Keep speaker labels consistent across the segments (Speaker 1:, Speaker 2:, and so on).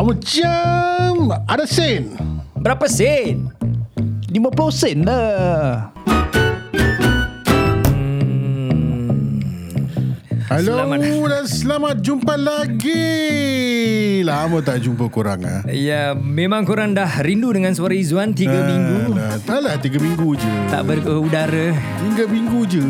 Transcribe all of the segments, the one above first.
Speaker 1: Macam ada sen.
Speaker 2: Berapa sen?
Speaker 3: 50 sen lah
Speaker 1: Hello
Speaker 2: Selamat.
Speaker 1: dan selamat jumpa lagi. Lama tak jumpa korang ah.
Speaker 2: Ya, memang korang dah rindu dengan suara Izzuan 3
Speaker 3: Eh.
Speaker 2: minggu.
Speaker 1: Alah, alah tiga minggu je.
Speaker 2: Tak berudara.
Speaker 1: Tiga minggu je.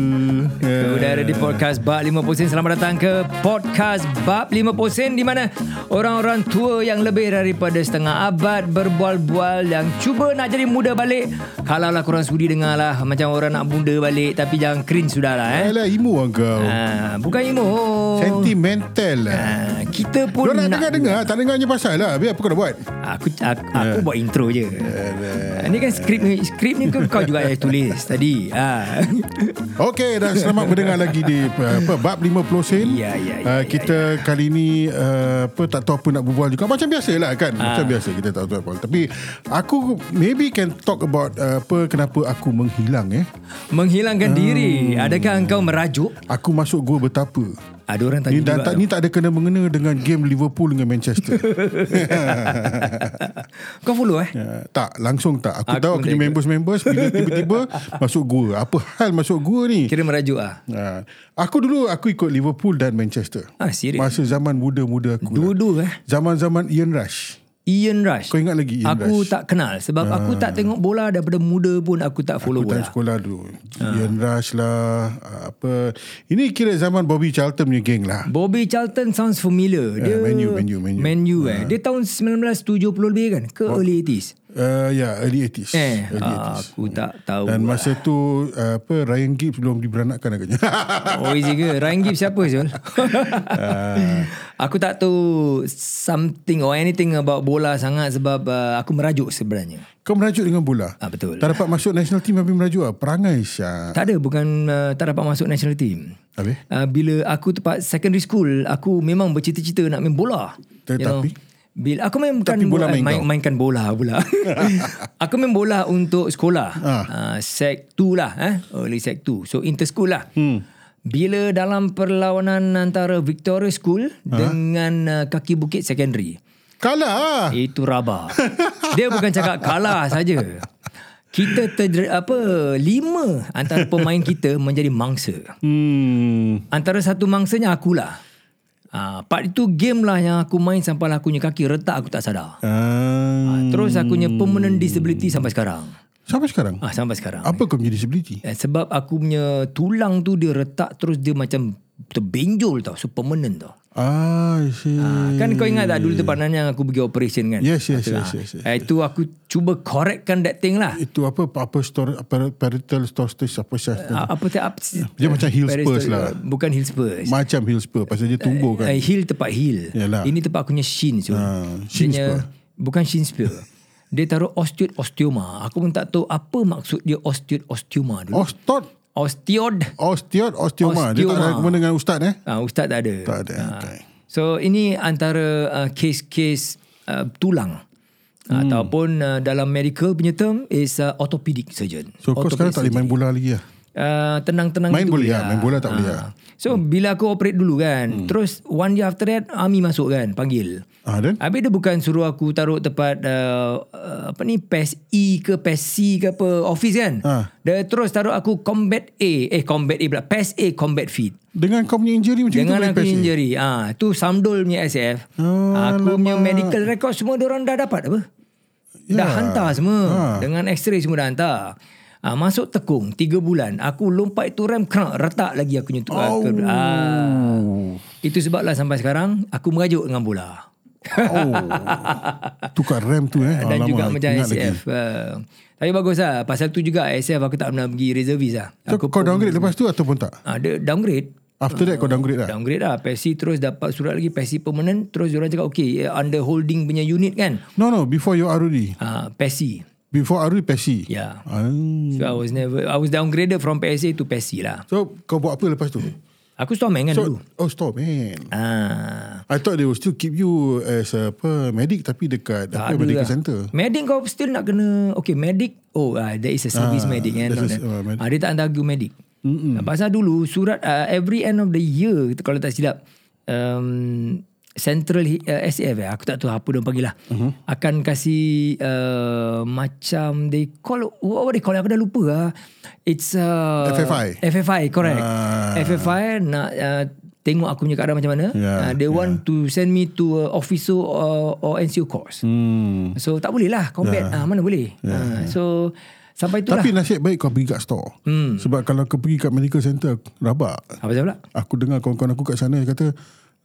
Speaker 1: Ya.
Speaker 2: Berudara di podcast Bab 50 Sen. Selamat datang ke podcast Bab 50 Sen di mana orang-orang tua yang lebih daripada setengah abad berbual-bual yang cuba nak jadi muda balik. Kalaulah korang sudi dengar lah macam orang nak muda balik tapi jangan cringe sudah lah eh.
Speaker 1: Alah imo lah kau.
Speaker 2: Ha, bukan emo.
Speaker 1: Sentimental lah.
Speaker 2: Ha, kita pun
Speaker 1: Diorang nak
Speaker 2: nak
Speaker 1: dengar-dengar Tak dengarnya pasal lah Biar apa kau nak buat
Speaker 2: Aku aku, aku
Speaker 1: Ya.
Speaker 2: buat intro je. Ini kan skrip ni, skrip ni kan kau juga yang tulis tadi. Ha.
Speaker 1: Okey dan selamat berdengar lagi di uh, apa, Bab 50 sen
Speaker 2: Ya, ya, ya,
Speaker 1: uh,
Speaker 2: ya,
Speaker 1: Kita kali ni uh, apa, Tak tahu apa nak berbual juga Macam biasa lah kan
Speaker 2: Ah.
Speaker 1: Macam biasa kita tak tahu apa Tapi aku maybe can talk about uh, apa Kenapa aku menghilang eh
Speaker 2: Menghilangkan diri.
Speaker 1: Ah.
Speaker 2: Adakah engkau merajuk?
Speaker 1: Aku masuk gua betapa
Speaker 2: Ada orang tanya
Speaker 1: Ni,
Speaker 2: juga.
Speaker 1: dan, tak, ni tak ada kena mengena dengan game Liverpool dengan Manchester
Speaker 2: Kau follow eh?
Speaker 1: Ya, tak, langsung tak. Aku,
Speaker 2: Aku
Speaker 1: tahu aku punya
Speaker 2: juga.
Speaker 1: members-members bila tiba-tiba masuk gua. Apa hal masuk gua ni?
Speaker 2: Kira merajuk ah.
Speaker 1: Ha. Aku dulu aku ikut Liverpool dan Manchester.
Speaker 2: Ah, serius?
Speaker 1: Masa zaman muda-muda aku. lah.
Speaker 2: Dua-dua eh.
Speaker 1: Zaman-zaman Ian Rush.
Speaker 2: Ian Rush.
Speaker 1: Kau ingat lagi Ian
Speaker 2: aku
Speaker 1: Rush? Ah.
Speaker 2: tak kenal sebab aku tak tengok bola daripada muda pun aku tak follow
Speaker 1: Aku
Speaker 2: bola.
Speaker 1: time sekolah dulu.
Speaker 2: Ha.
Speaker 1: Ian Rush lah. ah, Apa. Ini kira zaman Bobby Charlton punya geng lah.
Speaker 2: Bobby Charlton sounds familiar.
Speaker 1: Ya,
Speaker 2: Dia
Speaker 1: Man U, Man U, Man U. Ah.
Speaker 2: eh. Dia tahun 1970 lebih kan? Ke early 80s?
Speaker 1: Uh, ya, yeah, early 80s.
Speaker 2: Eh,
Speaker 1: early 80s.
Speaker 2: ah, aku tak tahu. lah.
Speaker 1: Dan masa tu ah, apa Ryan Gibbs belum diberanakkan agaknya.
Speaker 2: Oh easy ke Ryan Gibbs siapa Zul Aku tak tahu Something or anything About bola sangat Sebab uh, aku merajuk sebenarnya
Speaker 1: Kau merajuk dengan bola.
Speaker 2: ah, Betul
Speaker 1: Tak dapat masuk national team habis merajuk lah. Perangai Syah.
Speaker 2: Tak ada bukan uh, Tak dapat masuk national team
Speaker 1: Habis?
Speaker 2: uh, Bila aku tempat secondary school Aku memang bercita-cita Nak main bola
Speaker 1: Tetapi?
Speaker 2: bila aku main bukan
Speaker 1: Tapi bola main kau?
Speaker 2: main, mainkan bola pula. aku main bola untuk sekolah.
Speaker 1: Ah.
Speaker 2: Ah. Uh, sec 2 lah eh? Early sec 2 So inter school lah hmm. Bila dalam perlawanan Antara Victoria School
Speaker 1: Ah.
Speaker 2: Dengan uh, Kaki Bukit Secondary
Speaker 1: Kalah lah.
Speaker 2: Itu raba Dia bukan cakap kalah saja Kita ter, apa Lima Antara pemain kita Menjadi mangsa
Speaker 1: Hmm.
Speaker 2: Antara satu mangsanya akulah Ah, part itu game lah yang aku main sampai aku punya kaki retak aku tak sadar.
Speaker 1: Ah.
Speaker 2: Ah, Terus aku punya permanent disability sampai sekarang.
Speaker 1: Sampai sekarang?
Speaker 2: Ah sampai sekarang.
Speaker 1: Apa kau punya disability?
Speaker 2: Eh, sebab aku punya tulang tu dia retak terus dia macam terbenjol tau. So permanent tau.
Speaker 1: Ah, I see.
Speaker 2: Ah, Kan kau ingat tak dulu tempat Nanyang aku pergi operation kan?
Speaker 1: Hmm. Yes, yes, yes, yes, yes.
Speaker 2: Eh, itu aku cuba correctkan that thing lah.
Speaker 1: Itu apa apa store apa parietal stosis apa syah.
Speaker 2: Ah, Apa tak? Apa,
Speaker 1: Dia macam heel spurs Hmm. lah.
Speaker 2: Bukan heel spurs.
Speaker 1: Macam heel spur pasal dia tumbuh kan.
Speaker 2: Uh, heel tempat heel.
Speaker 1: Yalah.
Speaker 2: Ini tempat akunya shin so.
Speaker 1: Ha, shin spur.
Speaker 2: bukan shin spur. dia taruh osteod osteoma. Aku pun tak tahu apa maksud dia osteod osteoma dulu.
Speaker 1: Osteod
Speaker 2: Osteod.
Speaker 1: osteod osteoma. Dia tak
Speaker 2: Osteoma.
Speaker 1: ada hubungan dengan ustaz eh?
Speaker 2: Ah ustaz tak ada.
Speaker 1: Tak ada. Okay.
Speaker 2: So ini antara uh, kes-kes uh, tulang. Hmm. Ataupun uh, dalam medical punya term is uh, orthopedic surgeon.
Speaker 1: So kau sekarang tak boleh main bola lagi lah.
Speaker 2: Uh, tenang-tenang
Speaker 1: Main
Speaker 2: gitu
Speaker 1: boleh
Speaker 2: je Ha.
Speaker 1: lah, main bola tak boleh lah. Hmm.
Speaker 2: So bila aku operate dulu kan Terus one day after that Ami masuk kan Panggil
Speaker 1: Ah dan
Speaker 2: Habis dia bukan suruh aku taruh tempat uh, uh, apa ni PES E ke PES C ke apa office kan.
Speaker 1: Ha.
Speaker 2: Dia terus taruh aku combat A, eh combat A pula, PES A combat fit.
Speaker 1: dengan kau punya injury macam
Speaker 2: Dengan
Speaker 1: tu boleh
Speaker 2: aku
Speaker 1: pass, eh?
Speaker 2: injury. Ah, tu Samdul punya SF. aku punya medical record semua dia orang dah dapat apa?
Speaker 1: Ya. Ha.
Speaker 2: Dah hantar semua. Dengan x-ray semua dah hantar. Ah, masuk tekung 3 bulan. Aku lompat tu rem krak retak lagi aku nyentuh. Oh. Ah. Itu sebablah sampai sekarang aku merajuk dengan bola.
Speaker 1: Oh. Tukar rem tu eh.
Speaker 2: Dan
Speaker 1: Alamak,
Speaker 2: juga
Speaker 1: aku
Speaker 2: macam
Speaker 1: ingat
Speaker 2: SF uh, Tapi bagus lah Pasal tu juga SF aku tak pernah pergi reservis lah
Speaker 1: lagi. So,
Speaker 2: Aku
Speaker 1: kau downgrade lepas tu ataupun tak?
Speaker 2: ada downgrade
Speaker 1: After that kau downgrade lah.
Speaker 2: Downgrade lah Pesi terus dapat surat lagi Pesi permanent Terus diorang cakap Okay uh, under holding punya unit kan
Speaker 1: No no, before your ROD.
Speaker 2: uh, Pesi
Speaker 1: Before ROD Pesi.
Speaker 2: Yeah
Speaker 1: Ah.
Speaker 2: Ya. So I was never I was downgraded from PSA to Pesi lah
Speaker 1: So kau buat apa lepas tu?
Speaker 2: Aku storm kan dulu
Speaker 1: So, oh stop man.
Speaker 2: Ah,
Speaker 1: I thought they will still keep you as a apa, medic tapi dekat apa,
Speaker 2: ada
Speaker 1: medical
Speaker 2: lah.
Speaker 1: center.
Speaker 2: Medic kau still nak kena Okay medic Oh uh, there is a service medic kan
Speaker 1: there's Ah, a-
Speaker 2: not that.
Speaker 1: uh, medic.
Speaker 2: Ah, Dia tak hantar aku medic ah, mm Pasal dulu Surat uh, every end of the year Kalau tak silap um, Central uh, SAF eh? Aku tak tahu apa dia panggil lah
Speaker 1: Mhm.
Speaker 2: uh-huh. Akan kasih uh, Macam They call What what they call it? Aku dah lupa lah It's uh,
Speaker 1: FFI.
Speaker 2: FFI correct
Speaker 1: Ah.
Speaker 2: FFI nak uh, Tengok aku punya keadaan macam mana
Speaker 1: Yeah,
Speaker 2: uh, They want to send me to uh, Officer or, or NCO course
Speaker 1: Hmm.
Speaker 2: So tak boleh lah Combat yeah. uh, Mana boleh yeah. uh, So Sampai lah. itulah
Speaker 1: Tapi nasib baik kau pergi kat store. Hmm. Sebab kalau kau pergi kat medical center, rabak.
Speaker 2: Apa saya pula
Speaker 1: Aku dengar kawan-kawan aku kat sana kata,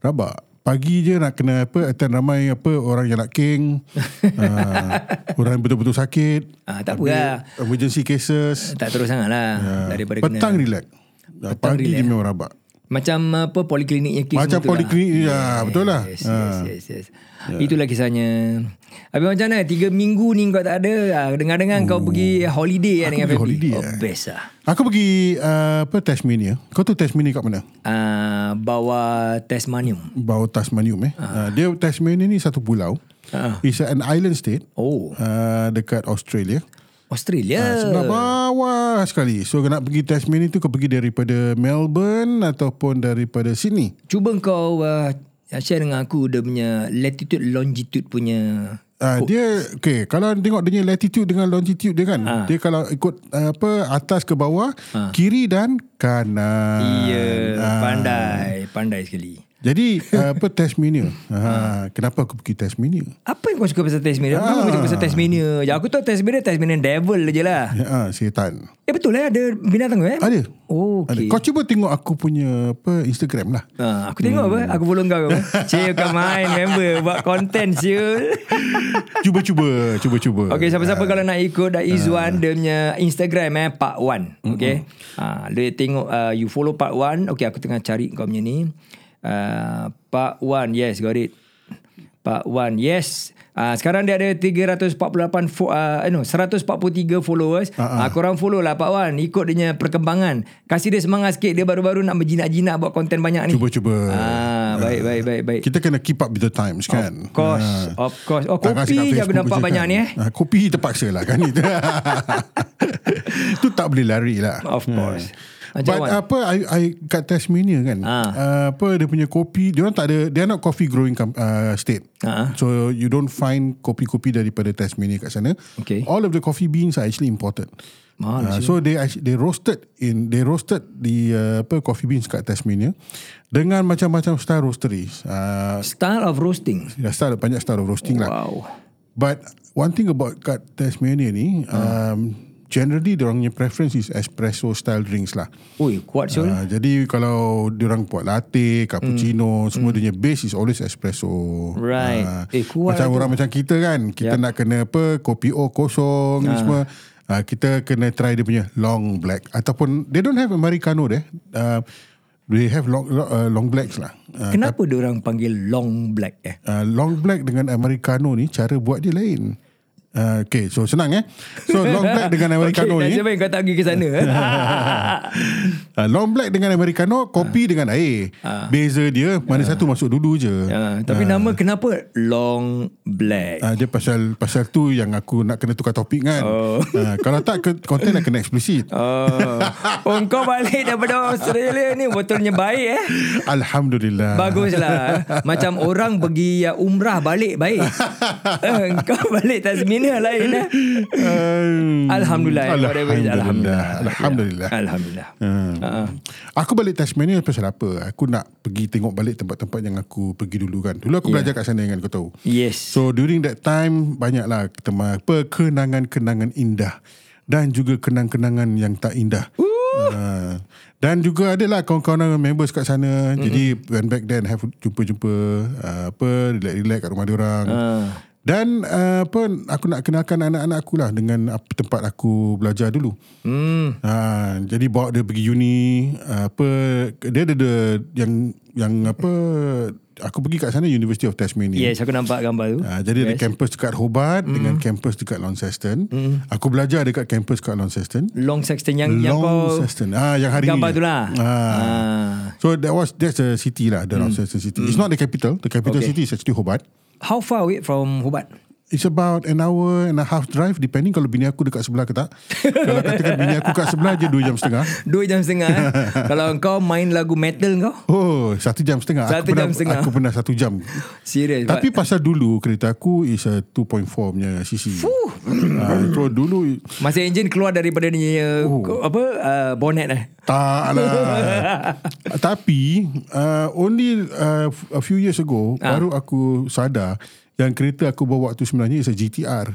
Speaker 1: rabak. Pagi je nak kena apa, attend ramai apa, orang yang nak king. uh, orang yang betul-betul sakit.
Speaker 2: Ah, tak apa lah.
Speaker 1: Emergency cases. ah,
Speaker 2: Tak terus sangat lah yeah. Daripada kena lah.
Speaker 1: Petang relax. Petang Pagi relax. dia memang rabak.
Speaker 2: Macam apa polikliniknya kes
Speaker 1: Macam
Speaker 2: semua tu lah.
Speaker 1: poliklinik, ya, betul lah. Ya.
Speaker 2: Yes, yes, yes, yes. Itulah kisahnya. Habis macam mana? Tiga minggu ni kau tak ada. Ah, Dengar-dengar kau pergi holiday
Speaker 1: Oh.
Speaker 2: lah
Speaker 1: Aku
Speaker 2: dengan
Speaker 1: pergi
Speaker 2: family.
Speaker 1: holiday,
Speaker 2: oh,
Speaker 1: eh.
Speaker 2: best lah.
Speaker 1: Aku pergi uh, apa Tasmania. Kau tu Tasmania kat mana?
Speaker 2: Uh, bawa Tasmanium.
Speaker 1: Bau Tasmanium eh. Uh. Uh, dia Tasmania ni satu pulau.
Speaker 2: Ah.
Speaker 1: Uh. It's an island state.
Speaker 2: Oh,
Speaker 1: Uh, dekat Australia.
Speaker 2: Australia.
Speaker 1: Sebelah bawah sekali. So kau nak pergi Tasmania tu kau pergi daripada Melbourne ataupun daripada Sydney.
Speaker 2: Cuba kau uh, share dengan aku dia punya latitude longitude punya.
Speaker 1: Uh, dia okay kalau tengok dia punya latitude dengan longitude dia kan uh. dia kalau ikut uh, apa atas ke bawah uh. kiri dan kanan.
Speaker 2: Iya,
Speaker 1: Ah.
Speaker 2: pandai, pandai sekali.
Speaker 1: Jadi uh, apa Tasmania? Ha, kenapa aku pergi Tasmania?
Speaker 2: Apa yang kau suka pasal Tasmania? Kenapa kau suka
Speaker 1: Ah.
Speaker 2: pasal Tasmania? Je? Aku tahu Tasmania, Tasmanian devil je lah.
Speaker 1: Ya, ah, setan.
Speaker 2: Eh betul lah ada binatang tu eh?
Speaker 1: Ada.
Speaker 2: Oh,
Speaker 1: Ada.
Speaker 2: okay.
Speaker 1: Kau cuba tengok aku punya apa Instagram lah.
Speaker 2: Ha, aku tengok apa? Aku follow kau. apa? Cik, kau main member. Buat konten, Cik.
Speaker 1: Cuba-cuba, cuba-cuba.
Speaker 2: okay, siapa-siapa kalau nak ikut Dah
Speaker 1: Ah.
Speaker 2: Izzuan, dia punya Instagram eh, Part 1. Okay. Ha, dia tengok, uh, you follow Part 1. Okay, aku tengah cari kau punya ni. Uh, part 1, yes, got it. Part 1, yes. Uh, sekarang dia ada 348 fo- uh, eh, no 143 followers.
Speaker 1: Ah,
Speaker 2: Uh-huh. Uh, korang follow lah Pak Wan, ikut dia punya perkembangan. Kasih dia semangat sikit dia baru-baru nak berjinak-jinak buat konten banyak ni.
Speaker 1: Cuba-cuba.
Speaker 2: Ah, baik baik baik baik.
Speaker 1: Kita kena keep up with the times kan.
Speaker 2: Of course, of course. Oh,
Speaker 1: Tak kasi kat
Speaker 2: kopi je aku
Speaker 1: Facebook
Speaker 2: nampak
Speaker 1: je
Speaker 2: banyak
Speaker 1: kan.
Speaker 2: ni eh.
Speaker 1: Ah, kopi terpaksa lah kan itu. Itu tak boleh lari lah.
Speaker 2: Of course. Macam
Speaker 1: But
Speaker 2: Ah, Wan.
Speaker 1: apa I, I kat Tasmania kan
Speaker 2: Ah.
Speaker 1: uh, apa dia punya kopi dia orang tak ada they are not coffee growing com- uh, state.
Speaker 2: Ah.
Speaker 1: So you don't find kopi-kopi daripada Tasmania kat sana.
Speaker 2: Okay. Ah,
Speaker 1: All of the coffee beans are actually imported.
Speaker 2: Mahal
Speaker 1: Uh, so they actu- they roasted in they roasted the uh, apa coffee beans kat Tasmania dengan macam-macam style roasteries. Uh,
Speaker 2: Style of roasting.
Speaker 1: dah style banyak style of roasting lah.
Speaker 2: Wow.
Speaker 1: But one thing about kat Tasmania ni,
Speaker 2: Ah.
Speaker 1: um, generally orang punya preference is espresso style drinks lah.
Speaker 2: Ui, kuat Syul.
Speaker 1: Uh, jadi kalau orang buat latte, cappuccino, mm. semua dia punya base is always espresso.
Speaker 2: Hmm. Right.
Speaker 1: Ah,
Speaker 2: Eh, kuat
Speaker 1: macam
Speaker 2: tu.
Speaker 1: orang macam kita kan, kita
Speaker 2: Yep.
Speaker 1: nak kena apa, kopi O kosong
Speaker 2: Ah.
Speaker 1: ni semua. Uh, kita kena try dia punya long black ataupun they don't have americano there. Uh, they have long uh, long blacks lah. Uh,
Speaker 2: Kenapa dia orang panggil long black eh?
Speaker 1: uh, long black dengan americano ni cara buat dia lain. Uh, okay, so senang eh. So long black dengan americano okay,
Speaker 2: okay,
Speaker 1: ni.
Speaker 2: Nasib baik kau tak pergi ke sana. eh?
Speaker 1: Uh, long black dengan americano,
Speaker 2: Ha.
Speaker 1: kopi dengan air. Beza dia mana
Speaker 2: Ya.
Speaker 1: satu masuk dulu je.
Speaker 2: Ah, tapi nama kenapa long black?
Speaker 1: Uh, dia pasal pasal tu yang aku nak kena tukar topik kan. Oh. Uh, kalau tak ke- konten nak kena eksplisit. Ah.
Speaker 2: Oh. oh, kau balik daripada Australia ni botolnya baik eh.
Speaker 1: Alhamdulillah.
Speaker 2: Baguslah. Macam orang pergi uh, umrah balik baik. Eh, Kau balik Tasmania lain eh.
Speaker 1: Um,
Speaker 2: Alhamdulillah. eh, whatever it is,
Speaker 1: Alhamdulillah. Alhamdulillah.
Speaker 2: Ya, Alhamdulillah. Ah.
Speaker 1: Uh. Aku balik Tasmania pasal apa? Aku nak pergi tengok balik tempat-tempat yang aku pergi dulu kan. Dulu
Speaker 2: Ya.
Speaker 1: aku yeah. belajar kat sana kan kau tahu.
Speaker 2: Yes.
Speaker 1: So during that time banyaklah tema apa kenangan-kenangan indah dan juga kenang-kenangan yang tak indah. Uh, dan juga adalah kawan-kawan members kat sana. Mm-hmm. Jadi when back then have jumpa-jumpa uh, apa relax-relax kat rumah diorang. Uh. Dan uh, apa aku nak kenalkan anak-anak aku lah dengan apa, tempat aku belajar dulu. Hmm. Ha, jadi bawa dia pergi uni uh, apa dia ada ada yang yang apa aku pergi kat sana University of Tasmania.
Speaker 2: yes, aku nampak gambar tu.
Speaker 1: Ah, jadi yes. ada kampus dekat Hobart mm. dengan kampus dekat Launceston. Mm. Aku belajar dekat kampus dekat Launceston.
Speaker 2: Long sexton yang yang kau
Speaker 1: Launceston. Ah yang hari
Speaker 2: gambar
Speaker 1: ni.
Speaker 2: tu lah.
Speaker 1: Ah.
Speaker 2: Ah. Mm.
Speaker 1: So that was that's the city lah, the Launceston city. It's not the capital. The capital
Speaker 2: Okay.
Speaker 1: city is actually Hobart.
Speaker 2: How far away from Hubat?
Speaker 1: It's about an hour and a half drive Depending kalau bini aku dekat sebelah ke tak Kalau katakan bini aku kat sebelah je 2 jam setengah
Speaker 2: Dua jam setengah eh. Kalau kau main lagu metal kau
Speaker 1: Oh satu jam setengah
Speaker 2: Satu
Speaker 1: aku pernah,
Speaker 2: jam setengah.
Speaker 1: Aku pernah satu jam
Speaker 2: Serius
Speaker 1: Tapi pasal dulu kereta aku is a 2.4 punya CC Fuh. So dulu
Speaker 2: but Masa engine keluar daripada ni oh. Apa uh, Bonnet eh
Speaker 1: Tak lah Tapi uh, Only uh, A few years ago
Speaker 2: Ah.
Speaker 1: ha. Baru aku sadar Yang kereta aku bawa tu sebenarnya Is a GTR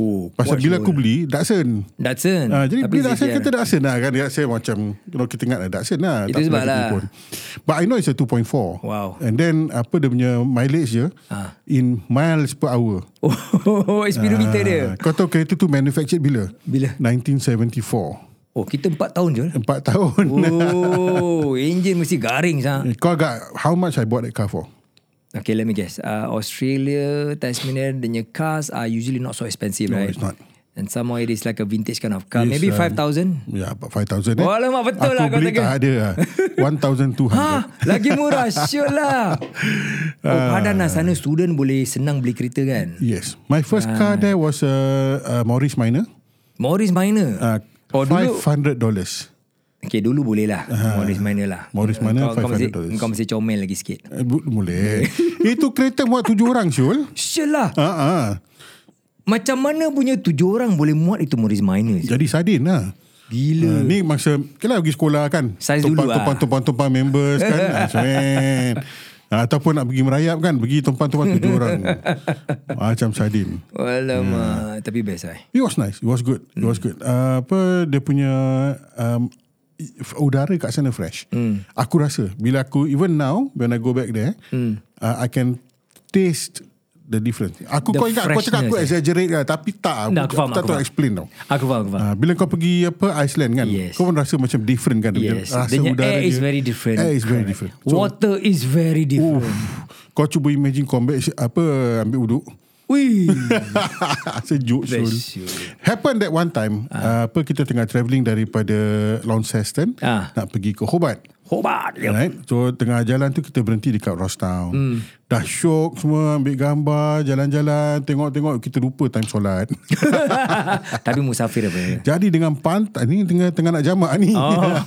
Speaker 2: Oh
Speaker 1: Pasal bila aku beli Datsun
Speaker 2: Datsun
Speaker 1: Ha, jadi
Speaker 2: Hmm. Tapi
Speaker 1: beli Datsun
Speaker 2: ZTR.
Speaker 1: kata Datsun lah kan Datsun macam Kalau kita ingat lah Datsun lah
Speaker 2: Itu
Speaker 1: tak
Speaker 2: sebab
Speaker 1: pernah kita
Speaker 2: lah.
Speaker 1: pun. But I know it's a 2.4
Speaker 2: Wow. Ah.
Speaker 1: And then Apa dia punya mileage je ha. In miles per hour
Speaker 2: Oh Speedometer
Speaker 1: Ah,
Speaker 2: dia
Speaker 1: Kau tahu kereta tu manufactured bila?
Speaker 2: Bila?
Speaker 1: 1974
Speaker 2: Oh kita empat tahun je lah
Speaker 1: Empat tahun
Speaker 2: Oh Engine mesti garing sah.
Speaker 1: Eh, Kau agak How much I bought that car for?
Speaker 2: Okay let me guess uh, Australia Tasmania The new cars are usually not so expensive
Speaker 1: No,
Speaker 2: right
Speaker 1: it's not.
Speaker 2: And somehow it is like a vintage kind of car
Speaker 1: Yes,
Speaker 2: Maybe
Speaker 1: uh,
Speaker 2: 5,000
Speaker 1: Ya, about 5,000 eh.
Speaker 2: Alamak, betul
Speaker 1: aku
Speaker 2: lah kau
Speaker 1: beli
Speaker 2: cakap.
Speaker 1: tak ada lah. 1,200.
Speaker 2: Ha, lagi murah Syuk lah Oh padan
Speaker 1: Ah.
Speaker 2: lah Sana student boleh senang beli kereta kan
Speaker 1: Yes. My first car there was a, a Morris Minor.
Speaker 2: Morris Minor
Speaker 1: Uh,
Speaker 2: Oh dulu
Speaker 1: $500.
Speaker 2: Okay dulu boleh lah Morris Minor lah
Speaker 1: Ah. Morris Minor,
Speaker 2: kau, kau, masih,
Speaker 1: $500.
Speaker 2: kau masih comel lagi sikit
Speaker 1: Eh, bu- boleh. Itu kereta muat tujuh orang, Syul.
Speaker 2: Syuk lah
Speaker 1: Ha ah. ah.
Speaker 2: Macam mana punya tujuh orang Boleh muat itu Morris Minor Syul?
Speaker 1: Jadi sardin lah.
Speaker 2: Gila
Speaker 1: Uh, ni masa Kita pergi sekolah kan
Speaker 2: Hmm. Saiz dulu lah.
Speaker 1: tumpang, tumpang, tumpang members kan ah, semen. Ah, Ataupun nak pergi merayap kan Pergi tumpang-tumpang tujuh orang Macam sardin Hmm.
Speaker 2: Alamak Tapi best lah
Speaker 1: It was nice. It was good. It
Speaker 2: Hmm.
Speaker 1: was good. Uh, apa dia punya um, if- udara kat sana fresh.
Speaker 2: Hmm.
Speaker 1: Mm. Aku rasa bila aku even now when I go back there,
Speaker 2: Hmm.
Speaker 1: mm. uh, I can taste the difference. Aku
Speaker 2: The
Speaker 1: kau ingat kau cakap aku
Speaker 2: freshness, eh?
Speaker 1: exaggerate lah tapi tak.
Speaker 2: Nah, aku faham,
Speaker 1: tak
Speaker 2: aku
Speaker 1: tahu
Speaker 2: faham.
Speaker 1: explain tau.
Speaker 2: Aku faham, aku faham.
Speaker 1: Uh, bila kau pergi apa Iceland kan,
Speaker 2: Yes.
Speaker 1: kau pun rasa macam different kan. Dia
Speaker 2: Yes,
Speaker 1: punya Rasa
Speaker 2: the
Speaker 1: udara
Speaker 2: air is
Speaker 1: dia.
Speaker 2: very different.
Speaker 1: Air is very
Speaker 2: Correct.
Speaker 1: different.
Speaker 2: Water is very different.
Speaker 1: Kau cuba imagine kau ambil, apa, ambil uduk.
Speaker 2: Wih.
Speaker 1: Sejuk Syul
Speaker 2: Best, Syul.
Speaker 1: Happen that one time uh,
Speaker 2: Ah.
Speaker 1: Apa kita tengah travelling Daripada Launceston
Speaker 2: Ah.
Speaker 1: Nak pergi ke Hobart
Speaker 2: Hobat. dia.
Speaker 1: Right So tengah jalan tu Kita berhenti dekat Rostown hmm. Dah syok semua Ambil gambar Jalan-jalan Tengok-tengok Kita lupa time solat
Speaker 2: Tapi musafir apa?
Speaker 1: Jadi dengan pantai Ni tengah, tengah nak jamak ni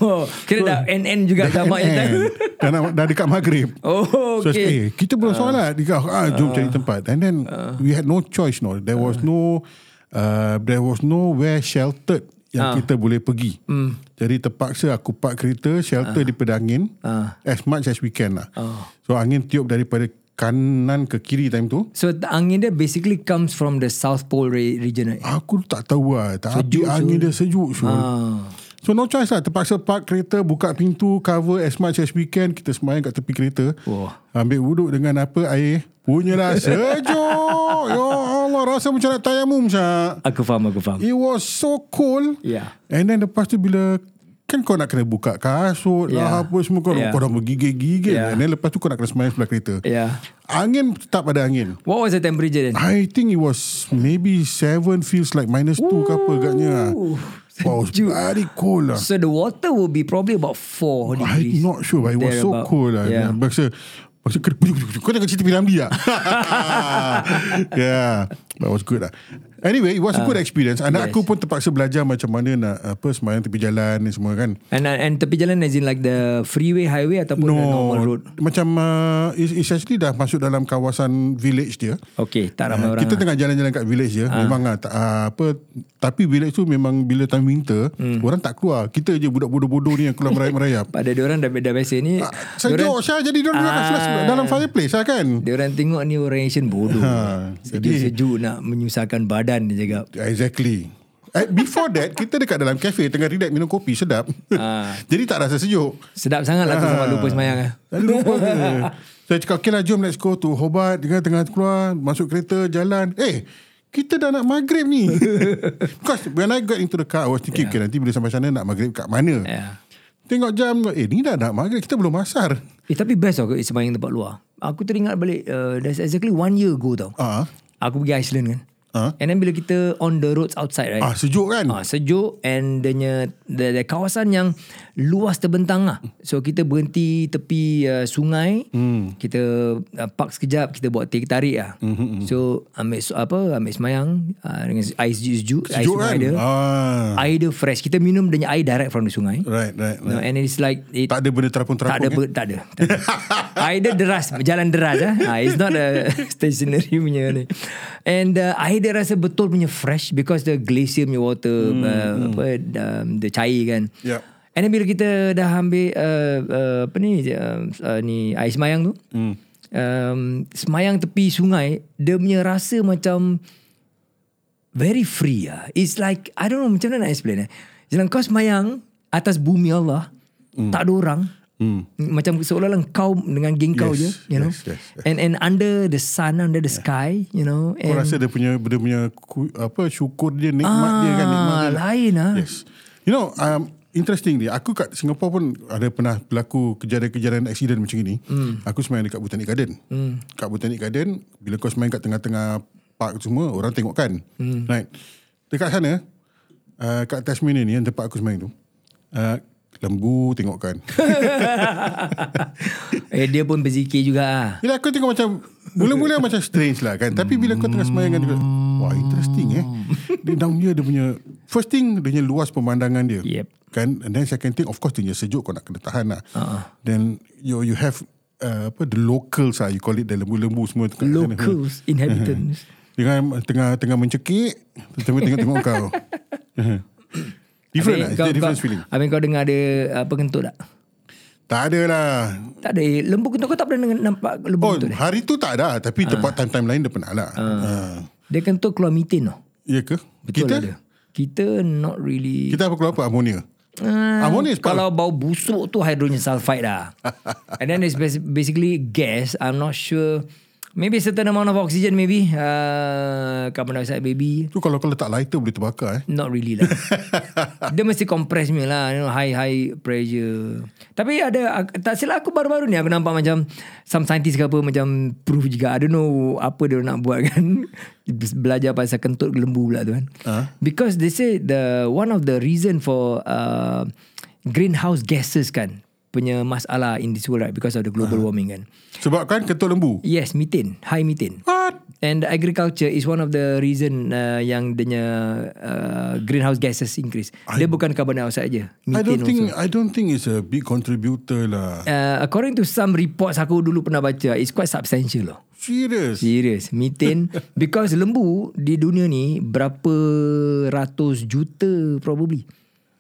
Speaker 2: Oh, kira dah NN juga jamak yang tak.
Speaker 1: And- dah, nak, dah dekat maghrib
Speaker 2: Oh,
Speaker 1: So,
Speaker 2: okay.
Speaker 1: eh, kita belum solat. Dia kata, ah, jom cari tempat. And then,
Speaker 2: Ah.
Speaker 1: we had no choice, no. There was no, uh, there was nowhere sheltered yang
Speaker 2: Ah.
Speaker 1: kita boleh pergi.
Speaker 2: Hmm.
Speaker 1: Jadi, terpaksa aku park kereta, shelter
Speaker 2: Ah.
Speaker 1: daripada angin, as much as we can lah.
Speaker 2: Oh.
Speaker 1: So, angin tiup daripada kanan ke kiri time tu.
Speaker 2: So the angin dia basically comes from the South Pole re- region. Right?
Speaker 1: Aku tak tahu lah. Tapi angin dia sejuk, Syul.
Speaker 2: Ah.
Speaker 1: So no choice lah Terpaksa park kereta Buka pintu Cover as much as we can Kita semayang kat tepi kereta
Speaker 2: Wah.
Speaker 1: Ambil wuduk dengan apa Air Punyalah sejuk Ya Allah Rasa macam nak tayamum syak
Speaker 2: Aku faham, aku faham.
Speaker 1: It was so cold
Speaker 2: Yeah.
Speaker 1: And then lepas tu bila Kan kau nak kena buka kasut
Speaker 2: Yeah.
Speaker 1: yeah. lah Apa semua Kau,
Speaker 2: Yeah.
Speaker 1: yeah. kau dah bergigit-gigit
Speaker 2: Yeah.
Speaker 1: yeah. And then lepas tu kau nak kena semayang sebelah kereta
Speaker 2: Yeah.
Speaker 1: Angin tetap ada angin
Speaker 2: What was the temperature then?
Speaker 1: I think it was maybe seven feels like minus two ke apa agaknya. lah. Wow, it's very cold lah.
Speaker 2: So the water will be probably about 4
Speaker 1: I'm
Speaker 2: degrees.
Speaker 1: not sure but it was so
Speaker 2: Thereabout.
Speaker 1: cool lah. Yeah.
Speaker 2: Yeah.
Speaker 1: Baksa, baksa kena pujuk, pujuk, pujuk. Kau jangan cerita Piramli lah. yeah. But it was good lah. Anyway, it was a
Speaker 2: Ah.
Speaker 1: good experience. Anak yes. aku pun terpaksa belajar macam mana nak apa semayang tepi jalan ni semua kan.
Speaker 2: And uh, and tepi jalan as in like the freeway highway ataupun the normal road.
Speaker 1: Macam uh, it's- it's actually dah masuk dalam kawasan village dia.
Speaker 2: Okay, tak
Speaker 1: Ah,
Speaker 2: ramai orang.
Speaker 1: Kita tengah jalan-jalan kat village je. Memang lah. tak, ah, apa, tapi village tu memang bila time winter, orang tak keluar. Kita je budak bodoh-bodoh ni yang keluar merayap-merayap.
Speaker 2: Pada dia orang dah, dah biasa ni.
Speaker 1: Ah, Sejuk Syah jadi dia orang
Speaker 2: Ah. Hmm.
Speaker 1: kat flash dalam fireplace lah kan.
Speaker 2: Dia orang tengok ni orang Asian bodoh.
Speaker 1: Ha, jadi-
Speaker 2: Sejuk-sejuk nak menyusahkan badan dia cakap.
Speaker 1: Exactly. Eh, Before that, kita dekat dalam cafe tengah relax minum kopi, sedap. jadi tak rasa sejuk.
Speaker 2: Sedap sangat
Speaker 1: Ha.
Speaker 2: lah tu sampai lupa semayang. lah.
Speaker 1: Lalu lupa ke? Saya cakap, okay lah jom let's go to Hobart. Dia kata, tengah keluar, masuk kereta, jalan. Eh, kita dah nak maghrib ni. Because when I got into the car, I was thinking, yeah. okay nanti bila sampai sana nak maghrib kat mana? Yeah.
Speaker 2: Yeah.
Speaker 1: Tengok jam, eh ni dah nak maghrib, kita belum asar.
Speaker 2: Eh, tapi best tau semayang tempat luar. Aku teringat balik, uh, that's exactly one year ago tau.
Speaker 1: Ah,
Speaker 2: Aku pergi Iceland kan.
Speaker 1: Ah.
Speaker 2: And then bila kita on the roads outside right.
Speaker 1: ah sejuk kan?
Speaker 2: Ah, sejuk and dia punya the, the kawasan yang luas terbentang lah. So kita berhenti tepi uh, sungai, hmm. kita uh, park sekejap, kita buat teh tarik lah. Hmm, so ambil su- apa ambil semayang uh, dengan ais sejuk, ais
Speaker 1: Sejuk
Speaker 2: sungai
Speaker 1: kan?
Speaker 2: dia.
Speaker 1: Ah.
Speaker 2: Air dia fresh. Kita minum dengan air direct from the sungai.
Speaker 1: Right, right,
Speaker 2: No,
Speaker 1: right.
Speaker 2: and it's like it,
Speaker 1: Tak ada benda kan? terapung-terapung.
Speaker 2: tak ada, ber, tak ada. Tak ada. air dia deras, jalan deras ah. Ha, it's not a stationary punya ni. And uh, air dia rasa betul punya fresh because the glacier punya water mm, uh, apa um, the cair kan.
Speaker 1: Yup.
Speaker 2: And then bila kita dah ambil uh, uh, apa ni uh, uh, ni air semayang tu. Mm.
Speaker 1: Hmm.
Speaker 2: Um, semayang tepi sungai, dia punya rasa macam very free ah. It's like I don't know macam mana nak explain eh. Jalan kau semayang atas bumi Allah,
Speaker 1: Hmm.
Speaker 2: mm. tak ada orang. Mm. Macam seolah-olah kau dengan geng kau je,
Speaker 1: Yes,
Speaker 2: you know.
Speaker 1: yes, yes, yes.
Speaker 2: And and under the sun, under the sky, you
Speaker 1: Kau
Speaker 2: know. And Ah,
Speaker 1: rasa dia punya dia punya ku- apa syukur dia nikmat dia kan nikmat dia.
Speaker 2: lain ah.
Speaker 1: Yes. You know, um, interesting dia. Aku kat Singapore pun ada pernah berlaku kejadian-kejadian accident macam ini. Mm. Aku semain dekat Botanic Garden. Mm. Kat Botanic Garden, bila kau semain kat tengah-tengah park semua, orang tengok kan. Mm. Right. Dekat sana, uh, kat Tasmania ni, yang tempat aku semain tu, uh, lembu tengok kan.
Speaker 2: eh dia pun berzikir juga ah.
Speaker 1: Bila aku tengok macam Mula-mula macam strange lah kan Tapi bila kau tengah semayang kan dia kata, Wah interesting eh
Speaker 2: Hmm.
Speaker 1: Dia down dia dia punya First thing Dia punya luas pemandangan dia
Speaker 2: Yep.
Speaker 1: Kan And then second thing Of course dia punya sejuk Kau nak kena tahan lah
Speaker 2: Uh-uh.
Speaker 1: uh-huh. Then you you have uh, apa The locals lah You call it The lembu-lembu semua tu kat sana.
Speaker 2: Locals, inhabitants.
Speaker 1: Dengan tengah tengah mencekik Tengah tengok-tengok kau Different lah It's a different feeling
Speaker 2: Habis kau dengar ada apa kentut tak?
Speaker 1: Tak ada lah
Speaker 2: Tak ada. Lembu kentut kau tak pernah dengar- nampak lembu
Speaker 1: Oh
Speaker 2: kentut. Eh? Ah.
Speaker 1: hari tu tak ada Tapi tempat time-time lain dia pernah lah Ah.
Speaker 2: Dia kentut keluar metin tau.
Speaker 1: Ya ke?
Speaker 2: Betul lah
Speaker 1: kita?
Speaker 2: ada. Kita not really
Speaker 1: Kita apa keluar apa? Amonia.
Speaker 2: Ah,
Speaker 1: Ammonia is
Speaker 2: Kalau bau busuk tu hydrogen sulfide dah. And then it's basi- basically gas. I'm not sure. Maybe certain amount of oxygen maybe. Uh, carbon dioxide maybe.
Speaker 1: Tu kalau kau letak lighter boleh terbakar eh.
Speaker 2: Not really lah. Dia mesti compress punya lah. You know, high high pressure. Tapi ada, ak- tak silap aku baru-baru ni aku nampak macam some scientist ke apa macam proof juga. I don't know apa dia nak buat kan. Belajar pasal kentut lembu pula tu kan.
Speaker 1: Ah.
Speaker 2: Because they say the one of the reason for uh, greenhouse gases kan punya masalah in this world right because of the global warming kan.
Speaker 1: Sebab kan kentut lembu.
Speaker 2: Yes, methane, high methane.
Speaker 1: What?
Speaker 2: And agriculture is one of the reason uh, yang dia punya, uh, greenhouse gases increase. Dia bukan carbon dioxide je.
Speaker 1: I
Speaker 2: Methane
Speaker 1: don't think
Speaker 2: also.
Speaker 1: I don't think it's a big contributor lah.
Speaker 2: Uh, according to some reports aku dulu pernah baca, it's quite substantial loh.
Speaker 1: Serious.
Speaker 2: Serius. Methane. because lembu di dunia ni berapa ratus juta probably.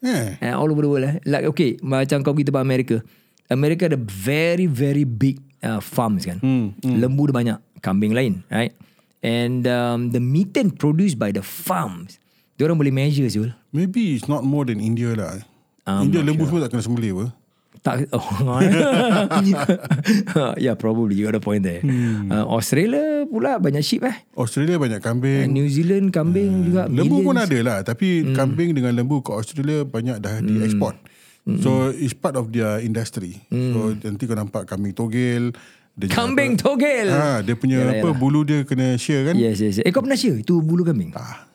Speaker 1: Eh.
Speaker 2: Uh, all over the world. Eh. Like okay, macam kau pergi tempat Amerika. Amerika ada very very big uh, farms kan. Hmm, hmm. Lembu dia banyak, kambing lain, right? And um, the methane produced by the farms, diorang boleh measure Zul.
Speaker 1: Maybe it's not more than India lah.
Speaker 2: I'm
Speaker 1: India lembu semua tak kena sembelih apa.
Speaker 2: Tak oh. yeah, probably you got a point there. Hmm. Uh, Australia pula banyak sheep eh.
Speaker 1: Australia banyak kambing.
Speaker 2: New Zealand kambing hmm. juga
Speaker 1: Lembu
Speaker 2: millions. Hmm.
Speaker 1: pun ada lah Tapi kambing dengan lembu Ke Australia Banyak dah di dieksport
Speaker 2: Hmm.
Speaker 1: So it's part of their industry So nanti kau nampak Kambing togel dia punya
Speaker 2: Kambing
Speaker 1: apa-
Speaker 2: togel.
Speaker 1: ha, Dia punya
Speaker 2: Yalah,
Speaker 1: apa
Speaker 2: yalah.
Speaker 1: Bulu dia kena share kan
Speaker 2: Yes, yes. yes. Eh kau pernah share tu bulu kambing?
Speaker 1: Ah,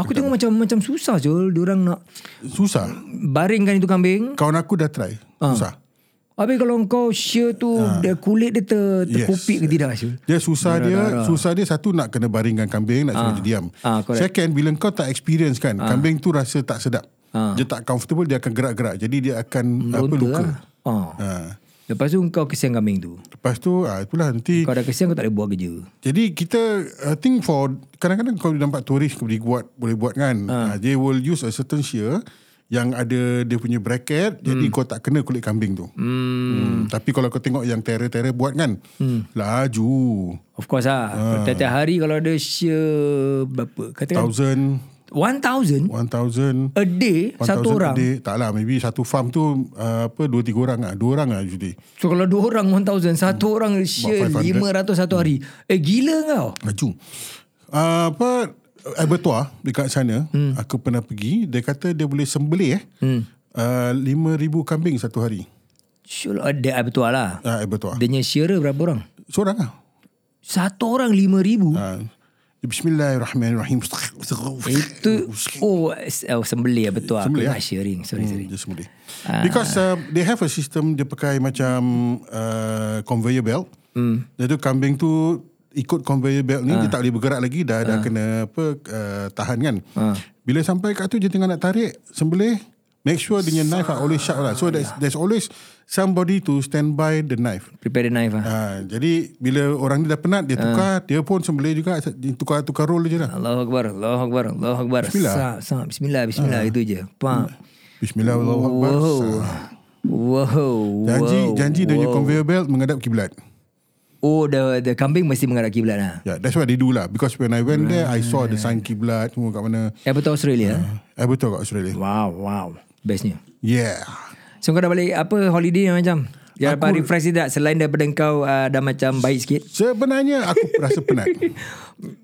Speaker 2: Aku tengok macam macam susah Zul, diorang nak
Speaker 1: Susah
Speaker 2: baringkan itu kambing.
Speaker 1: Kawan aku dah try
Speaker 2: Ah.
Speaker 1: Susah
Speaker 2: Habis kalau kau share tu dia kulit dia ter,
Speaker 1: Ah. Yes.
Speaker 2: terkupik ke tidak Syul?
Speaker 1: Dia susah dia Susah dia satu Nak kena baringkan kambing Nak suruh dia diam
Speaker 2: Ah, correct. Ah.
Speaker 1: Second Bila kau tak experience kan Kambing tu rasa tak sedap Dia tak comfortable Dia akan gerak-gerak Jadi dia akan Apa
Speaker 2: Meronta
Speaker 1: luka
Speaker 2: lah. Ah.
Speaker 1: Ah.
Speaker 2: Lepas tu kau kesian kambing tu.
Speaker 1: Lepas tu ah, Itulah nanti
Speaker 2: Kau dah kesian kau tak boleh buat kerja.
Speaker 1: Jadi kita I think for kadang-kadang kalau nampak turis boleh buat boleh buat kan.
Speaker 2: Ah.
Speaker 1: Uh. They will use a certain shear yang ada dia punya bracket mm.
Speaker 2: Hmm.
Speaker 1: jadi kau tak kena kulit kambing tu. Hmm. Tapi kalau kau tengok yang terror-terror buat kan
Speaker 2: Hmm.
Speaker 1: mm. laju
Speaker 2: Of course lah.
Speaker 1: Ah.
Speaker 2: Ha. Tiap-tiap hari kalau ada share berapa? Katakan
Speaker 1: 1000
Speaker 2: 1,000
Speaker 1: 1000
Speaker 2: a day satu orang.
Speaker 1: Day. Tak lah maybe satu farm tu uh, apa dua tiga orang lah. Dua orang lah usually.
Speaker 2: So kalau dua orang 1,000 satu
Speaker 1: Hmm.
Speaker 2: orang share
Speaker 1: 500.
Speaker 2: 500 satu hari. Eh gila kau.
Speaker 1: Laju. Uh, apa abattoir dekat sana hmm. aku pernah pergi dia kata dia boleh sembelih eh. Hmm. Uh, 5000 kambing satu hari.
Speaker 2: Syul ada betul lah.
Speaker 1: Uh, abattoir.
Speaker 2: Dia punya share berapa orang?
Speaker 1: Seorang lah.
Speaker 2: Satu orang 5,000.
Speaker 1: Uh, Bismillahirrahmanirrahim.
Speaker 2: Itu oh, s- oh sembelih betul aku
Speaker 1: Sembelih,
Speaker 2: nak
Speaker 1: ah?
Speaker 2: sharing. Sorry sorry. Ah.
Speaker 1: Dia sembelih. Because uh, they have a system dia pakai macam uh, conveyor belt. Hmm. Dia tu kambing tu ikut conveyor belt ni dia
Speaker 2: Ah.
Speaker 1: tak boleh bergerak lagi dah dah kena apa uh, tahan kan.
Speaker 2: Ah.
Speaker 1: Bila sampai kat tu dia tengah nak tarik sembelih make sure dengan knife are always sharp lah. So there's, there's always somebody to stand by the knife.
Speaker 2: Prepare the knife ah.
Speaker 1: Ha, jadi bila orang ni dah penat dia tukar dia pun sembelih juga dia tukar tukar roll je lah.
Speaker 2: Allahu akbar, Allahu akbar, Allahu akbar.
Speaker 1: Bismillah. Ah.
Speaker 2: Sa, sa, bismillah, bismillah itu je. Pak.
Speaker 1: Bismillahirrahmanirrahim.
Speaker 2: Wow. Wow.
Speaker 1: Janji
Speaker 2: wow.
Speaker 1: janji dia punya conveyor belt menghadap kiblat.
Speaker 2: Oh, the the kambing mesti menghadap kiblat lah.
Speaker 1: Yeah, that's what they do lah. Because when I went there, I saw the sign kiblat semua kat mana.
Speaker 2: Eh, betul Australia.
Speaker 1: I betul kat Australia.
Speaker 2: Wow, wow. Bestnya.
Speaker 1: Yeah.
Speaker 2: So kau dah balik apa holiday yang macam? Ya, apa refresh dia tak selain daripada kau uh, dah macam baik sikit?
Speaker 1: Sebenarnya aku rasa penat.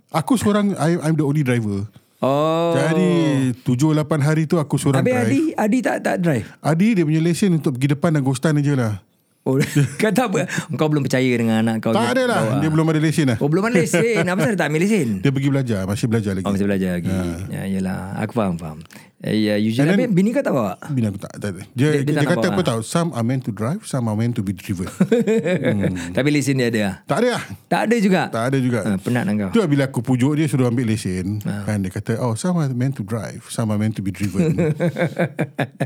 Speaker 1: Aku seorang, I, I'm the only driver.
Speaker 2: Oh.
Speaker 1: Jadi 7-8 hari tu aku seorang
Speaker 2: Habis
Speaker 1: drive.
Speaker 2: Adi, Adi tak tak drive.
Speaker 1: Adi dia punya lesen untuk pergi depan dan ghostan je lah.
Speaker 2: Oh, kau tak apa. Kau belum percaya dengan anak kau.
Speaker 1: Tak ada lah. Dia belum ada lesen lah.
Speaker 2: Oh, belum ada lesen. Apa pasal dia tak ambil lesen?
Speaker 1: Dia pergi belajar. Masih belajar lagi.
Speaker 2: Oh, masih belajar lagi.
Speaker 1: Ha.
Speaker 2: Ya, yelah. Aku faham, faham. Eh, ya, usually. Habis bini kau tak bawa?
Speaker 1: Bina aku tak, tak ada. Dia,
Speaker 2: Dia- dia
Speaker 1: dia,
Speaker 2: tak nampak
Speaker 1: kata apa
Speaker 2: lah.
Speaker 1: tau. Some are meant to drive, some are meant to be driven.
Speaker 2: Tapi lesen dia ada lah.
Speaker 1: tak ada lah.
Speaker 2: Tak ada juga?
Speaker 1: Hmm. Tak ada juga.
Speaker 2: Ha, penat lah kau.
Speaker 1: Tu lah bila aku pujuk dia suruh ambil lesen kan dia kata oh some are meant to drive some are meant to be driven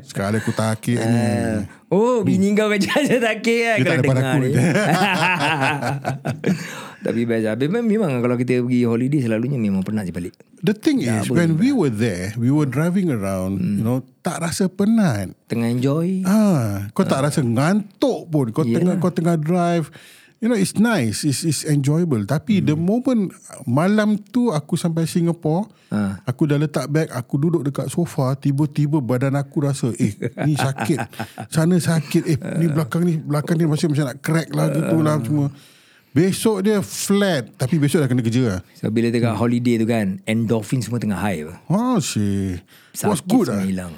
Speaker 1: sekali aku takik ni
Speaker 2: Oh, bini kau kerja macam tak kira kan?
Speaker 1: Dia tak
Speaker 2: kalau
Speaker 1: depan
Speaker 2: dengar
Speaker 1: aku
Speaker 2: ni.
Speaker 1: ni.
Speaker 2: Tapi best lah. Memang, memang kalau kita pergi holiday selalunya memang penat je balik.
Speaker 1: the thing is when we were there we were driving around you know tak rasa penat
Speaker 2: Tengah enjoy.
Speaker 1: ah kau tak rasa ngantuk pun kau tengah kau tengah drive you know it's nice it's it's enjoyable tapi the moment malam tu aku sampai Singapore aku dah letak beg aku duduk dekat sofa tiba-tiba badan aku rasa eh ni sakit sana sakit eh ni belakang ni belakang ni masih macam nak crack lah gitu lah semua besok dia flat tapi besok dah kena kerja lah
Speaker 2: So, bila tengah holiday tu kan, endorphin semua tengah high. apa.
Speaker 1: oh si was
Speaker 2: Sakit
Speaker 1: good
Speaker 2: semua
Speaker 1: lah
Speaker 2: hilang.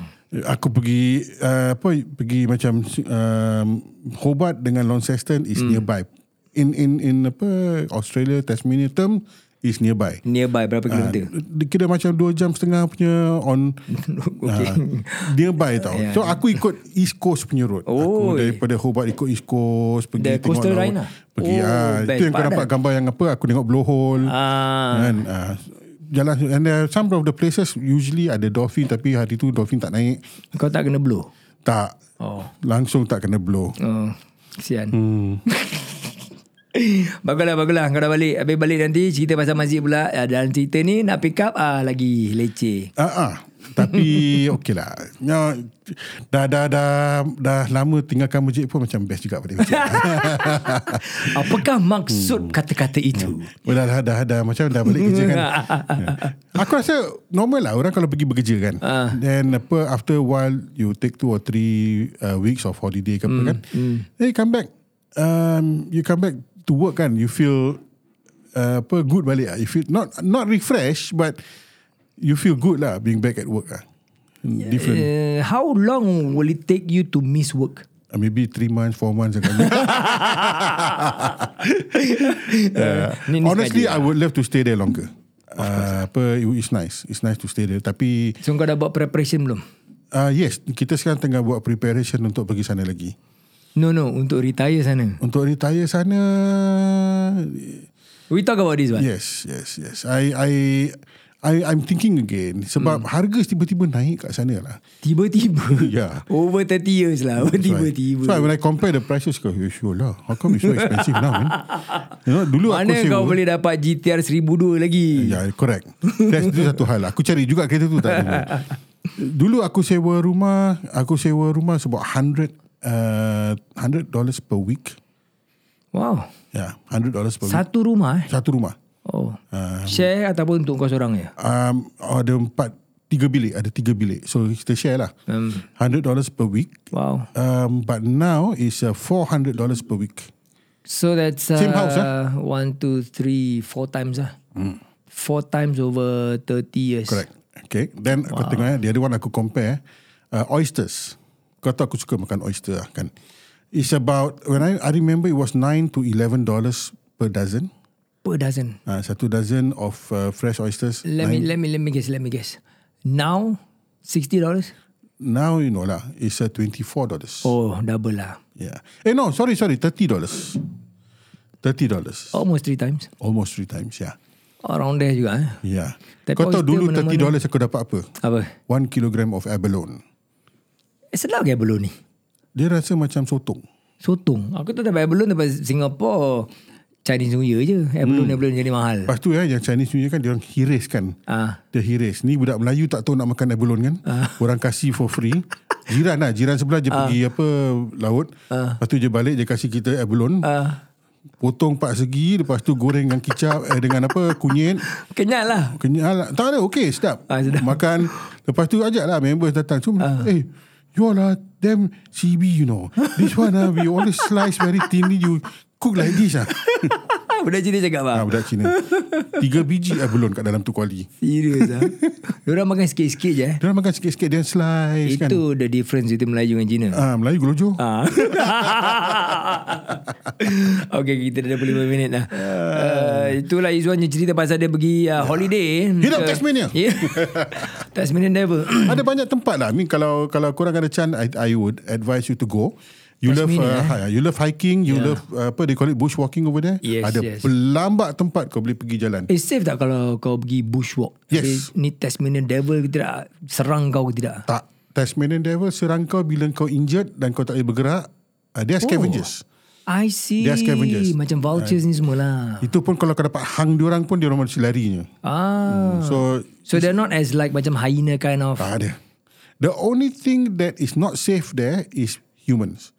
Speaker 1: Aku pergi uh, apa pergi macam um, Hobart dengan Launceston is
Speaker 2: Hmm.
Speaker 1: nearby. In in in apa Australia Tasmania term is nearby.
Speaker 2: Nearby berapa kilometer?
Speaker 1: Dia Kira macam 2 jam setengah punya on
Speaker 2: Okay.
Speaker 1: uh, nearby tau. So aku ikut East Coast punya road.
Speaker 2: Oi.
Speaker 1: Aku daripada Hobart ikut East Coast
Speaker 2: The
Speaker 1: pergi tengok
Speaker 2: coastal
Speaker 1: laut.
Speaker 2: line lah?
Speaker 1: Pergi
Speaker 2: Oh,
Speaker 1: ah
Speaker 2: best.
Speaker 1: itu yang kau
Speaker 2: Padan.
Speaker 1: dapat gambar yang apa aku tengok blowhole.
Speaker 2: Ah.
Speaker 1: Kan uh, jalan and there are some of the places usually ada dolphin tapi hari tu dolphin tak naik.
Speaker 2: Kau tak kena blow?
Speaker 1: Tak.
Speaker 2: Oh.
Speaker 1: Langsung tak kena blow.
Speaker 2: Oh, kesian. Hmm. baguslah, baguslah. Kau dah balik. Habis balik nanti, cerita pasal masjid pula. Ah, Dalam cerita ni, nak pick up, ah, lagi leceh.
Speaker 1: Ah ah. Tapi okey lah. Ya, dah, dah, dah, dah lama tinggalkan masjid pun macam best juga pada masjid.
Speaker 2: Apakah
Speaker 1: Hmm.
Speaker 2: maksud kata-kata itu?
Speaker 1: dah, dah, dah, dah, macam dah balik kerja kan. Ya. Aku rasa normal lah orang kalau pergi bekerja kan.
Speaker 2: Ah.
Speaker 1: Then apa, after a while you take two or three uh, weeks of holiday ke apa
Speaker 2: Hmm,
Speaker 1: kan. Then you come back. Um, you come back to work kan. You feel uh, apa good balik lah. You feel not not refresh but you feel good lah being back at work lah. Different.
Speaker 2: Uh, how long will it take you to miss work?
Speaker 1: Uh, maybe three months, four months. akan-
Speaker 2: Eh, Ni- lah. ni
Speaker 1: Eh, Honestly,
Speaker 2: sengaja.
Speaker 1: I would love to stay there longer. Uh, apa it- it's nice it's nice to stay there tapi
Speaker 2: So kau dah buat preparation belum?
Speaker 1: uh, yes kita sekarang tengah buat preparation untuk pergi sana lagi
Speaker 2: No, no. Untuk retire sana.
Speaker 1: untuk retire sana
Speaker 2: We talk about this one.
Speaker 1: yes yes yes I I I I'm thinking again
Speaker 2: Hmm.
Speaker 1: sebab harga tiba-tiba naik kat sana lah
Speaker 2: Tiba-tiba.
Speaker 1: Yeah.
Speaker 2: Over 30 years lah.
Speaker 1: so I,
Speaker 2: Tiba-tiba.
Speaker 1: when I compare the prices kau you sure lah how come it's so expensive now man you know dulu
Speaker 2: Mana
Speaker 1: aku sewa
Speaker 2: kau boleh dapat GTR 1002 lagi?
Speaker 1: Ya, yeah, correct. That's itu satu hal. lah. Aku cari juga kereta tu tak ada. Dulu aku sewa rumah, aku sewa rumah sebab 100 uh, 100 dollars per week.
Speaker 2: Wow.
Speaker 1: Ya, yeah, 100 dollars per week.
Speaker 2: Satu rumah eh?
Speaker 1: Satu rumah.
Speaker 2: Oh. Share ataupun untuk kau seorang je?
Speaker 1: Um, ada empat tiga bilik, ada tiga bilik. So kita share lah. Um, 100 dollars per week.
Speaker 2: Wow.
Speaker 1: Um, but now is uh, 400 dollars per week.
Speaker 2: So that's uh,
Speaker 1: Same house, eh? Hmm.
Speaker 2: one, two, three, four times lah. Mm. Four times over 30 years.
Speaker 1: Correct. Okay. Then wow. kau tengok eh, the other one aku compare uh, oysters. Kau tahu aku suka makan oyster lah kan. It's about when I I remember it was 9 to 11 dollars per dozen.
Speaker 2: per dozen.
Speaker 1: Uh, satu dozen of uh, fresh oysters.
Speaker 2: Let me
Speaker 1: nine-
Speaker 2: let me let me guess. Let me guess. Now sixty dollars.
Speaker 1: Now you know lah. It's uh, $24. Oh.
Speaker 2: Oh, double lah.
Speaker 1: Yeah. Eh no, sorry, sorry. $30. $30.
Speaker 2: Almost three times.
Speaker 1: Almost three times, yeah.
Speaker 2: Around there juga. Eh?
Speaker 1: Yeah.
Speaker 2: Tapi
Speaker 1: Ya. Kau tahu
Speaker 2: oyster
Speaker 1: dulu
Speaker 2: mana-mana.
Speaker 1: $30 dollars aku dapat apa?
Speaker 2: Apa?
Speaker 1: One kilogram of abalone.
Speaker 2: Eh, sedap ke abalone ni?
Speaker 1: Dia rasa macam sotong.
Speaker 2: Sotong. Aku tak dapat abalone daripada Singapore. Chinese New Year je. Abalone, hmm. abalone jadi mahal.
Speaker 1: Lepas tu eh, yang Chinese New Year kan, dia orang hiris kan.
Speaker 2: Ah,
Speaker 1: Dia hiris. Ni budak Melayu tak tahu nak makan abalone kan. Orang kasih for free. Jiran lah. Jiran sebelah je
Speaker 2: Ah.
Speaker 1: pergi apa laut. Lepas tu dia balik, dia kasih kita abalone.
Speaker 2: ah.
Speaker 1: Potong empat segi. Lepas tu goreng dengan kicap. eh, dengan apa, kunyit.
Speaker 2: Kenyal lah.
Speaker 1: Kenyal lah. Tak ada, okay, sedap.
Speaker 2: Ah, sedap. Ah.
Speaker 1: Makan. Lepas tu ajak lah members datang. So, eh, you all are damn CB, you know. This one, ah, we always slice very thinly. You cook like this ah.
Speaker 2: Budak Cina cakap apa?
Speaker 1: Ah, budak Cina. Tiga biji abalone kat dalam tu kuali.
Speaker 2: Serius ah. Diorang makan sikit-sikit je eh.
Speaker 1: Dia orang makan sikit-sikit dia slice kan.
Speaker 2: Itu the difference between Melayu dengan Cina.
Speaker 1: Ah, Melayu gelojo. Ah.
Speaker 2: Ah. okay, kita dah 25 minit dah.
Speaker 1: Ah.
Speaker 2: Uh, itulah Izzuan yang cerita pasal dia pergi
Speaker 1: Ya.
Speaker 2: uh, holiday.
Speaker 1: Hidup
Speaker 2: Ke-
Speaker 1: Tasmania.
Speaker 2: Yeah. Tasmania Devil.
Speaker 1: Ada banyak tempat lah. I mean, kalau kalau korang ada chance, I, I would advise you to go. You love
Speaker 2: Tasmania,
Speaker 1: uh, hi- you love hiking, you love uh, apa they call it bushwalking over there.
Speaker 2: Yes,
Speaker 1: ada
Speaker 2: yes.
Speaker 1: pelambak tempat kau boleh pergi jalan.
Speaker 2: Eh, safe tak kalau kau pergi bushwalk?
Speaker 1: Yes.
Speaker 2: Ni Tasmania Devil ke tidak? Serang kau ke tidak?
Speaker 1: Tak. Tasmanian devil serang kau bila kau injured dan kau tak boleh bergerak. Uh, they are scavengers.
Speaker 2: I see.
Speaker 1: They are scavengers.
Speaker 2: Macam vultures ni semualah.
Speaker 1: Itu pun kalau kau dapat hang diorang pun diorang masih larinya.
Speaker 2: Ah.
Speaker 1: So
Speaker 2: So they're not as like macam hyena kind of.
Speaker 1: tak ada. The only thing that is not safe there is humans.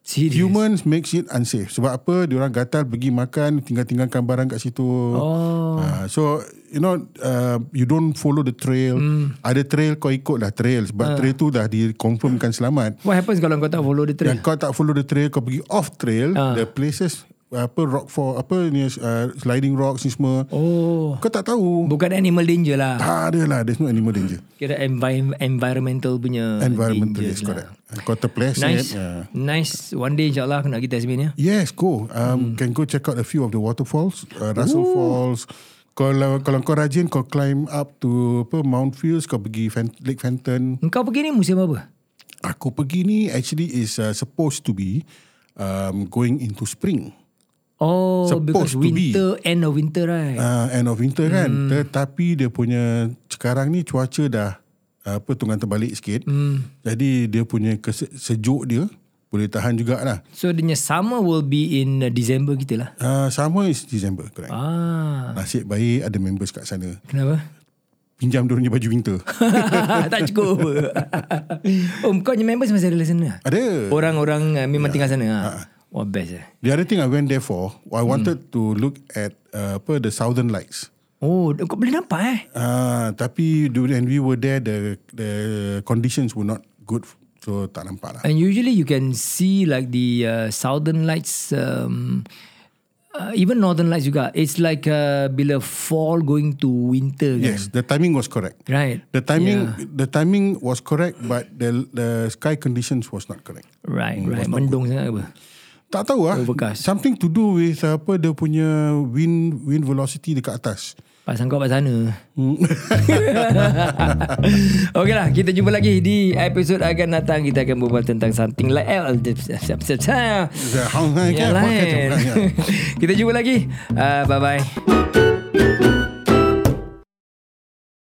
Speaker 2: Serious.
Speaker 1: Humans makes it unsafe. Sebab apa? Diorang gatal pergi makan, tinggal-tinggalkan barang kat situ.
Speaker 2: Oh.
Speaker 1: Uh, so, you know, uh, you don't follow the trail. Mm. Ada trail, kau ikutlah trail. Sebab uh. trail tu dah dikonfirmkan selamat.
Speaker 2: What happens kalau kau tak follow the
Speaker 1: Yang
Speaker 2: trail?
Speaker 1: kau tak follow the trail, kau pergi off trail,
Speaker 2: Ah.
Speaker 1: uh. the places, apa rock for, apa ni, uh, sliding rocks ni semua.
Speaker 2: Oh.
Speaker 1: Kau tak tahu.
Speaker 2: Bukan animal danger lah.
Speaker 1: Tak ada lah. There's no animal danger.
Speaker 2: Kira envi- environmental punya
Speaker 1: Environmental, yes,
Speaker 2: dangers lah.
Speaker 1: correct. Kau terpleset.
Speaker 2: Nice
Speaker 1: Uh,
Speaker 2: Nice One day insyaAllah Aku nak pergi ya. Tasmania
Speaker 1: Yes, go. Um,
Speaker 2: Hmm.
Speaker 1: Can go check out a few of the waterfalls, uh, Russell Falls. Kalau kalau kau rajin, kau climb up to apa Mount Fields, kau pergi Fan, Lake Fenton.
Speaker 2: Engkau pergi ni musim apa?
Speaker 1: Aku pergi ni actually is uh, supposed to be um, going into spring,
Speaker 2: Oh Because
Speaker 1: Supposed to be.
Speaker 2: winter End of winter right
Speaker 1: uh, end of winter kan. Tetapi dia punya sekarang ni cuaca dah uh, apa tunggang terbalik sikit. Jadi dia punya kese- sejuk dia boleh tahan jugalah.
Speaker 2: So dia punya summer Will be in uh, December kita lah
Speaker 1: Uh, summer is December, correct.
Speaker 2: Ah
Speaker 1: Nasib baik ada members kat sana.
Speaker 2: Kenapa?
Speaker 1: Pinjam dia punya baju winter.
Speaker 2: tak cukup Oh kau punya members Masih ada sana
Speaker 1: Eh. Ada.
Speaker 2: Orang-orang uh,
Speaker 1: Ya.
Speaker 2: Memang tinggal sana ha? Wah best eh
Speaker 1: The other thing I went there for, I wanted to look at uh, apa the Southern Lights.
Speaker 2: Oh kau boleh nampak eh
Speaker 1: Ah, tapi during and we were there, the the conditions were not good, so tak nampak lah.
Speaker 2: And usually you can see like the uh, southern lights, um, uh, even northern lights juga. It's like uh, bila fall going to winter kan.
Speaker 1: Yes, the timing was correct.
Speaker 2: Right.
Speaker 1: The timing the timing was correct, but the the sky conditions was not correct.
Speaker 2: Right, right. Mendung sangat apa.
Speaker 1: Tak tahu ah.
Speaker 2: Overcast.
Speaker 1: Something to do with apa dia punya wind wind velocity dekat atas.
Speaker 2: Pasang kau kat sana. okay lah, kita jumpa lagi di episod akan datang. Kita akan berbual tentang something like...
Speaker 1: Yang kan?
Speaker 2: kan? Yang lain. Kita jumpa lagi. Uh, bye-bye.